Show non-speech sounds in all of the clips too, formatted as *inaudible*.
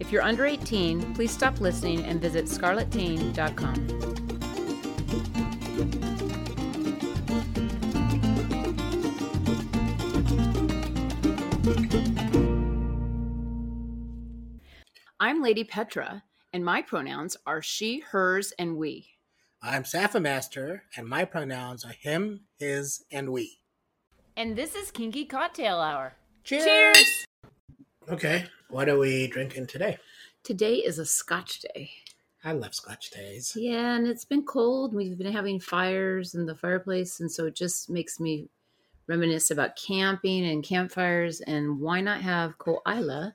If you're under 18, please stop listening and visit scarletteen.com. I'm Lady Petra, and my pronouns are she, hers, and we. I'm Safa Master, and my pronouns are him, his, and we. And this is Kinky Cocktail Hour. Cheers! Okay, what are we drinking today? Today is a Scotch day. I love Scotch days. Yeah, and it's been cold. We've been having fires in the fireplace, and so it just makes me reminisce about camping and campfires. And why not have Koala,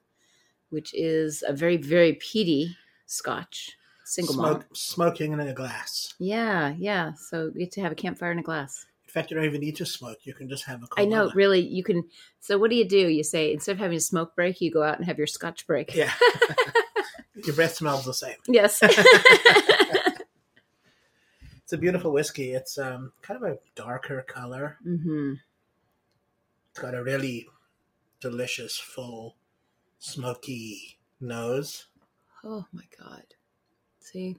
which is a very, very peaty Scotch, single malt. Smoke, smoking in a glass. Yeah, yeah. So you get to have a campfire in a glass. In fact, you don't even need to smoke. You can just have a. I know, Kahlua. really. You can. So what do you do? You say instead of having a smoke break, you go out and have your Scotch break. *laughs* Yeah. *laughs* Your breath smells the same. *laughs* Yes. *laughs* It's a beautiful whiskey. It's um, kind of a darker color. hmm It's got a really delicious, full, smoky nose. Oh my god. See?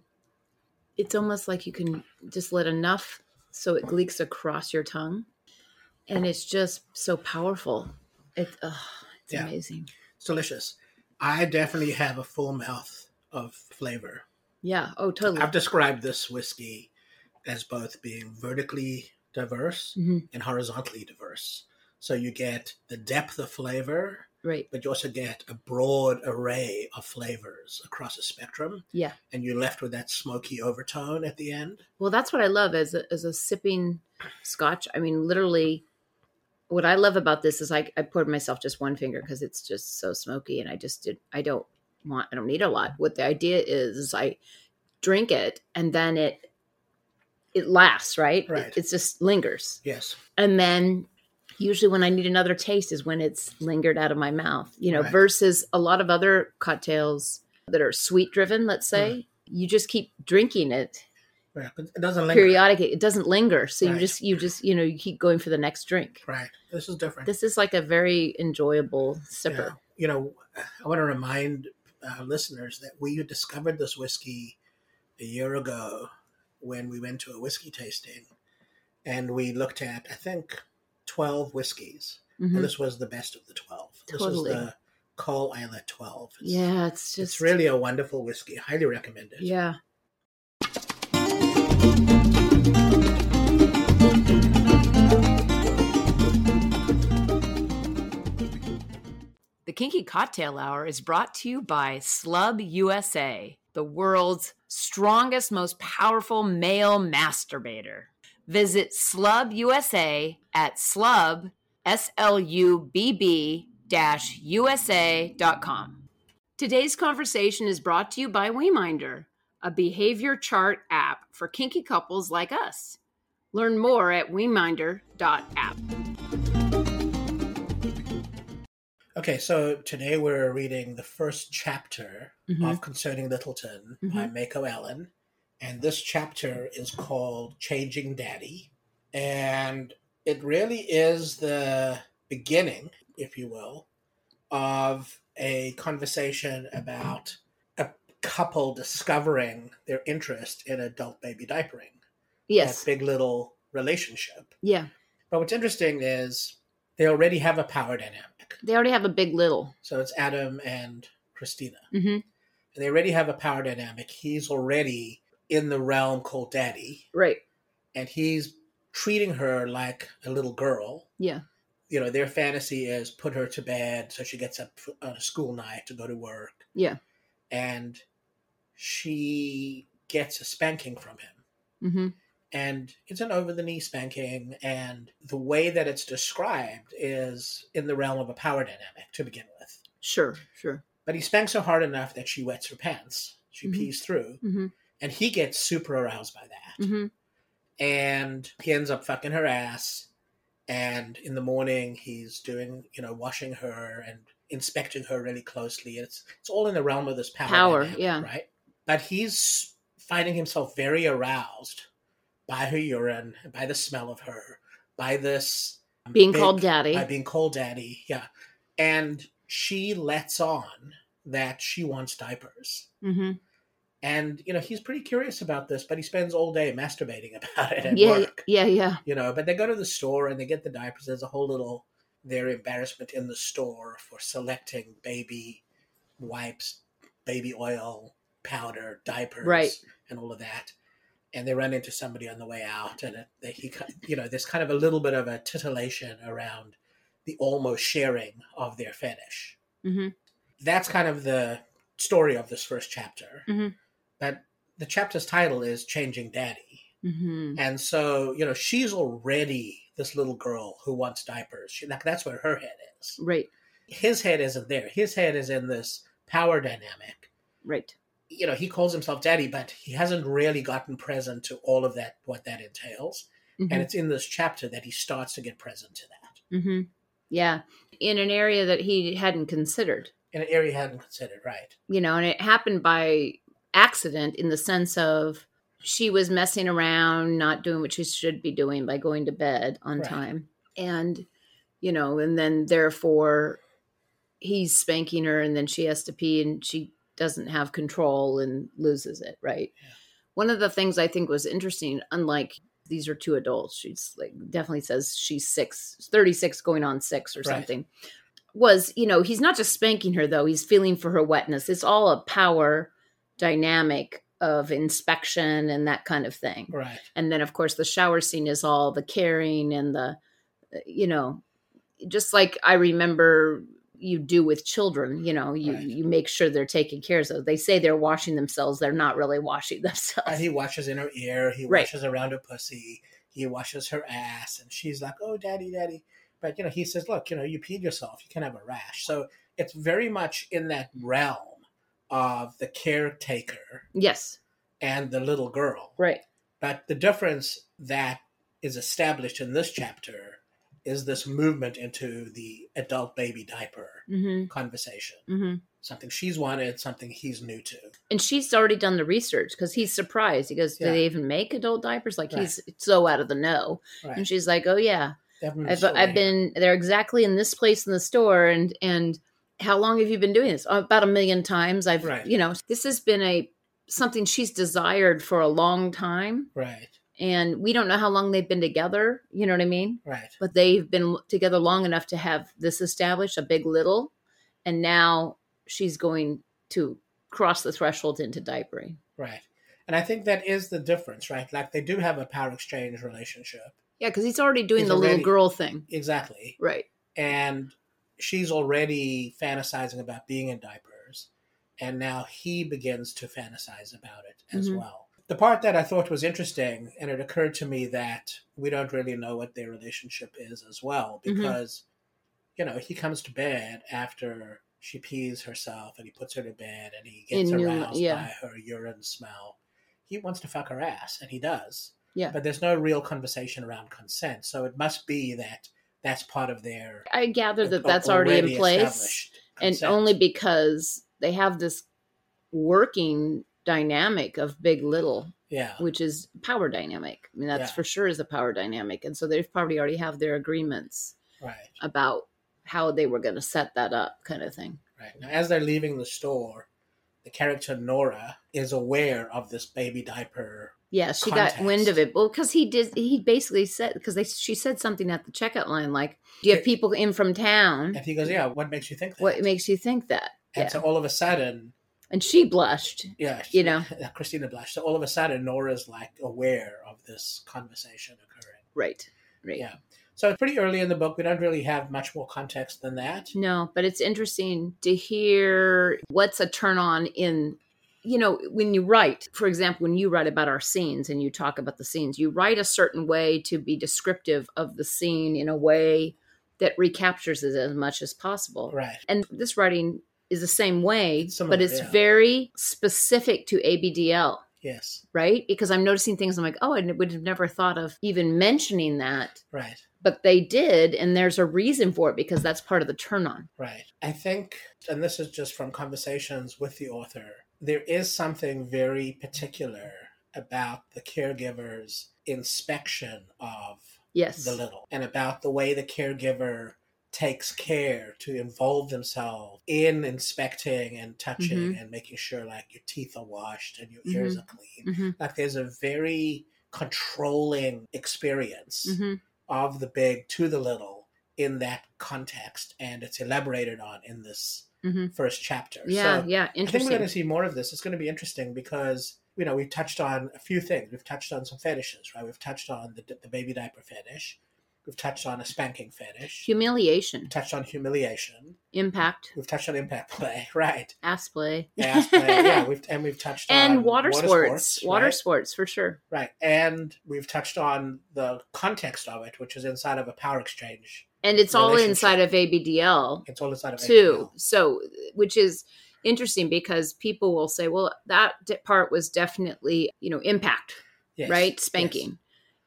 It's almost like you can just let enough so it leaks across your tongue. And it's just so powerful. It, ugh, it's Yeah. amazing. It's delicious. I definitely have a full mouth of flavor. Yeah. Oh, totally. I've described this whiskey as both being vertically diverse Mhm. and horizontally diverse. So you get the depth of flavor, Right. but you also get a broad array of flavors across a spectrum. Yeah. And you're left with that smoky overtone at the end. Well, that's what I love as a, as a sipping scotch. I mean, literally, what I love about this is I, I poured myself just one finger because it's just so smoky, and I just did. I don't want. I don't need a lot. What the idea is, is I drink it, and then it it lasts, right? Right. It, it's just lingers, Yes. and then usually when I need another taste is when it's lingered out of my mouth. You know, Right. versus a lot of other cocktails that are sweet driven. Let's say Mm. you just keep drinking it Right. But it doesn't linger. periodic it doesn't linger so you Right. just you just you know you keep going for the next drink Right. This is different. this is like a very enjoyable Yeah. sipper You know, I want to remind uh, listeners that we discovered this whiskey a year ago when we went to a whiskey tasting and we looked at, I think, 12 whiskeys. Mhm. And this was the best of the 12. Totally. This was the Cole Isla 12. It's, yeah it's just It's really a wonderful whiskey. Highly recommended. yeah The Kinky Cocktail Hour is brought to you by Slub USA, the world's strongest, most powerful male masturbator. Visit Slub USA at slub, S L U B B dash USA.com. Today's conversation is brought to you by WeMinder, a behavior chart app for kinky couples like us. Learn more at WeMinder.app. Okay, so today we're reading the first chapter Mhm. of Concerning Littleton by Mako Allen. And this chapter is called Changing Daddy. And it really is the beginning, if you will, of a conversation about a couple discovering their interest in adult baby diapering. Yes. That big little relationship. Yeah. But what's interesting is they already have a power dynamic. They already have a big little. So it's Adam and Christina. Mm-hmm. And they already have a power dynamic. He's already in the realm called daddy, Right. and he's treating her like a little girl. Yeah. You know, their fantasy is put her to bed so she gets up f- on a school night to go to work. Yeah. And she gets a spanking from him. Mm-hmm. And it's an over the knee spanking. And the way that it's described is in the realm of a power dynamic to begin with. Sure. Sure. But he spanks her hard enough that she wets her pants. She Mhm. pees through. Mhm. And he gets super aroused by that. Mm-hmm. and he ends up fucking her ass and in the morning he's doing you know washing her and inspecting her really closely it's it's all in the realm of this power Power, dynamic, yeah. right but he's finding himself very aroused by her urine by the smell of her by this um, Being big- called daddy. by being called daddy yeah and she lets on that she wants diapers mm-hmm. and you know he's pretty curious about this but he spends all day masturbating *laughs* about it at yeah, work yeah, yeah. you know but they go to the store and they get the diapers there's a whole little their embarrassment in the store for selecting baby wipes baby oil powder diapers Right. and all of that and they run into somebody on the way out and it, they, he ki- you know there's kind of a little bit of a titillation around the almost sharing of their fetish Mm-hmm. that's kind of the story of this first chapter Mhm. but the chapter's title is changing daddy Mm-hmm. and so, you know, she's already this little girl who wants diapers. She, like, that's where her head is. Right. His head isn't there. His head is in this power dynamic. Right. You know, he calls himself daddy, but he hasn't really gotten present to all of that, what that entails. And Mm-hmm. it's in this chapter that he starts to get present to that hmm Yeah. In an area that he hadn't considered, in an area he hadn't considered, right? you know, and it happened by accident in the sense of she was messing around, not doing what she should be doing by going to bed on Right. time. And, you know, and then therefore he's spanking her and then she has to pee and she doesn't have control and loses it, right? Yeah. One of the things I think was interesting, unlike these are two adults, she's like definitely says she's six, 36 going on six or Right. something, was, you know, he's not just spanking her though, he's feeling for her wetness. It's all a power dynamic of inspection and that kind of thing Right. and then of course the shower scene is all the caring and the you know just like i remember you do with children you know you Right. you make sure they're taken care of they say they're washing themselves they're not really washing *laughs* And themselves he washes in her ear, he Right. washes around her pussy, he washes her ass, and she's like, "Oh, daddy, daddy." But you know, he says, "Look, you know, you peed yourself. You can have a rash." So it's very much in that realm of the caretaker yes and the little girl. right But the difference that is established in this chapter is this movement into the adult baby diaper mm-hmm. conversation. Mm-hmm. Something she's wanted, something he's new to. and she's already done the research because he's surprised he goes do Yeah. they even make adult diapers like Right. he's so out of the know Right. and she's like oh yeah They haven't been I've, sorted. I've been they're exactly in this place in the store and and how long have you been doing this oh, about a million times i've Right. you know this has been a something she's desired for a long time right, and we don't know how long they've been together you know what i mean right. but they've been together long enough to have this established a big little and now she's going to cross the threshold into diapering Right. And I think that is the difference, right? Like they do have a power exchange relationship. yeah because he's already doing He's the already- little girl thing Exactly. right And she's already fantasizing about being in diapers. And now he begins to fantasize about it as Mhm. well. The part that I thought was interesting, and it occurred to me that we don't really know what their relationship is as well, Mhm. because, you know, he comes to bed after she pees herself and he puts her to bed and he gets In urine, aroused yeah. by her urine smell. He wants to fuck her ass, and he does. Yeah. But there's no real conversation around consent. So it must be that that's part of their i gather that that's already in place established and consent. only because they have this working dynamic of big little yeah which is power dynamic i mean that's Yeah. for sure is a power dynamic and so they've probably already have their agreements right about how they were going to set that up kind of thing right now as they're leaving the store the character nora is aware of this baby diaper yeah she got Context. wind of it well because he did he basically said because they she said something at the checkout line like do you have people in from town and he goes yeah what makes you think that Mm-hmm. what makes you think that and yeah so all of a sudden and she blushed yeah you know *laughs* christina blush so all of a sudden nora's like aware of this conversation occurring. Right. Right. Yeah. So it's pretty early in the book. We don't really have much more context than that. No, but it's interesting to hear what's a turn on in you know, when you write, for example, when you write about our scenes and you talk about the scenes, you write a certain way to be descriptive of the scene in a way that recaptures it as much as possible. Right. And this writing is the same way, Some but of it, it's yeah. very specific to ABDL, Yes. right? Because I'm noticing things I'm like, oh, I n- would have never thought of even mentioning that, Right. but they did. And there's a reason for it because that's part of the turn on. Right. I think, and this is just from conversations with the author, there is something very particular about the caregiver's inspection of Yes. the little and about the way the caregiver takes care to involve themselves in inspecting and touching Mm-hmm. and making sure like your teeth are washed and your ears are clean. Mhm. Like there's a very controlling experience Mhm. of the big to the little in that context, and it's elaborated on in this Mhm. first chapter. Yeah. so yeah. I think we're Interesting. going to see more of this. It's going to be interesting because you know we've touched on a few things. We've touched on some fetishes, right? We've touched on the, the baby diaper fetish. We've touched on a spanking fetish. Humiliation, We've touched on humiliation. impact, We've touched on impact play, *laughs* right? ass play. *laughs* Ass play, *laughs* yeah. We've and we've touched and on water, sports, water right? sports for sure right? And we've touched on the context of it, which is inside of a power exchange and it's all Relationship. inside of abdl It's all inside of too ABL. so which is interesting because people will say well that d- part was definitely you know impact Yes, right yes. spanking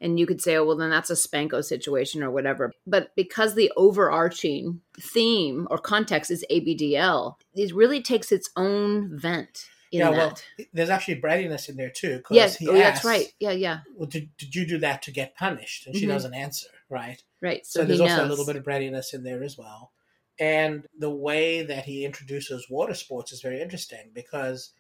and you could say oh well then that's a spanko situation or whatever but because the overarching theme or context is abdl it really takes its own vent in Yeah, that well, there's actually brattiness in there too. 'cause yes he oh, that's asks, right yeah yeah Well, did, did you do that to get punished? And she Mhm. doesn't answer, right? right so, So, he there's knows also a little bit of brattiness in there as well. And the way that he introduces water sports is very interesting because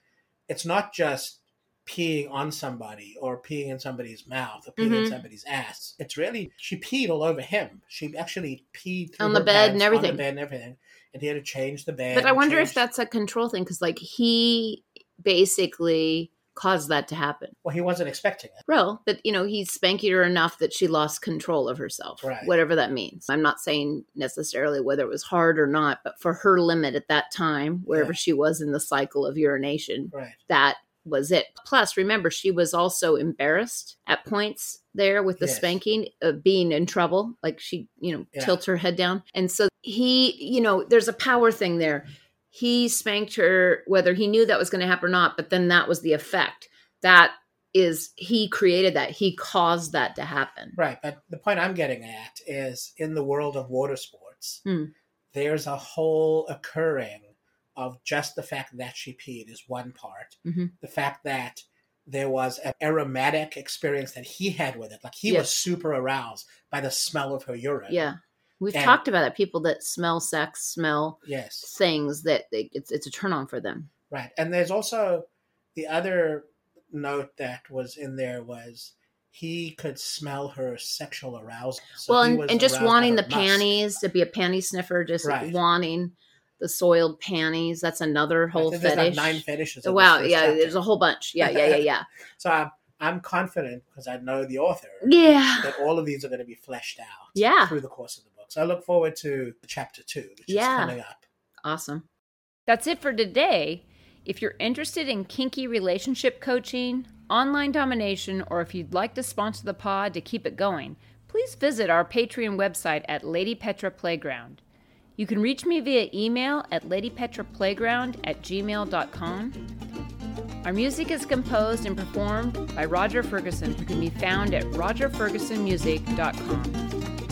it's not just peeing on somebody or peeing in somebody's mouth or peeing in Mhm. somebody's ass. It's really she peed all over him. She actually peed through On the her bed and pants, on everything. the bed and everything. And he had to change the bed. But I and wonder if change- that's a control thing because, like, he basically caused that to happen. well, he wasn't expecting it. Well, but you know, he spanked her enough that she lost control of herself, Right. whatever that means. I'm not saying necessarily whether it was hard or not, but for her limit at that time, wherever Yeah. she was in the cycle of urination, Right. that was it. Plus, remember, she was also embarrassed at points there with the Yes. spanking of being in trouble. Like she, you know, Yeah. tilts her head down. And so he, you know, there's a power thing there. He spanked her, whether he knew that was going to happen or not, but then that was the effect. That is, he created that. He caused that to happen. Right, but the point I'm getting at is in the world of water sports, Hmm. there's a whole occurring of just the fact that she peed is one part. Mhm. The fact that there was an aromatic experience that he had with it. Like he was Yes. super aroused by the smell of her urine. Yeah. We've And- talked about it. People that smell sex, smell Yes. things that they, it's, it's a turn on for them. Right. And there's also the other note that was in there was he could smell her sexual arousal. So well, he and, was and just aroused by wanting her the musk. panties to be a panty sniffer, just Right. wanting the soiled panties. That's another I whole think there's like fetish. nine fetishes. in this wow, first yeah, chapter. there's a whole bunch. Yeah, yeah, yeah, *laughs* yeah, So I'm, I'm confident because I know the author yeah, that all of these are going to be fleshed out yeah. through the course of the book. So I look forward to chapter two, which Yeah. is coming up. Awesome. That's it for today. If you're interested in kinky relationship coaching, online domination, or if you'd like to sponsor the pod to keep it going, please visit our Patreon website at Lady Petra Playground. You can reach me via email at ladypetraplayground at gmail.com. Our music is composed and performed by Roger Ferguson, who can be found at rogerfergusonmusic.com.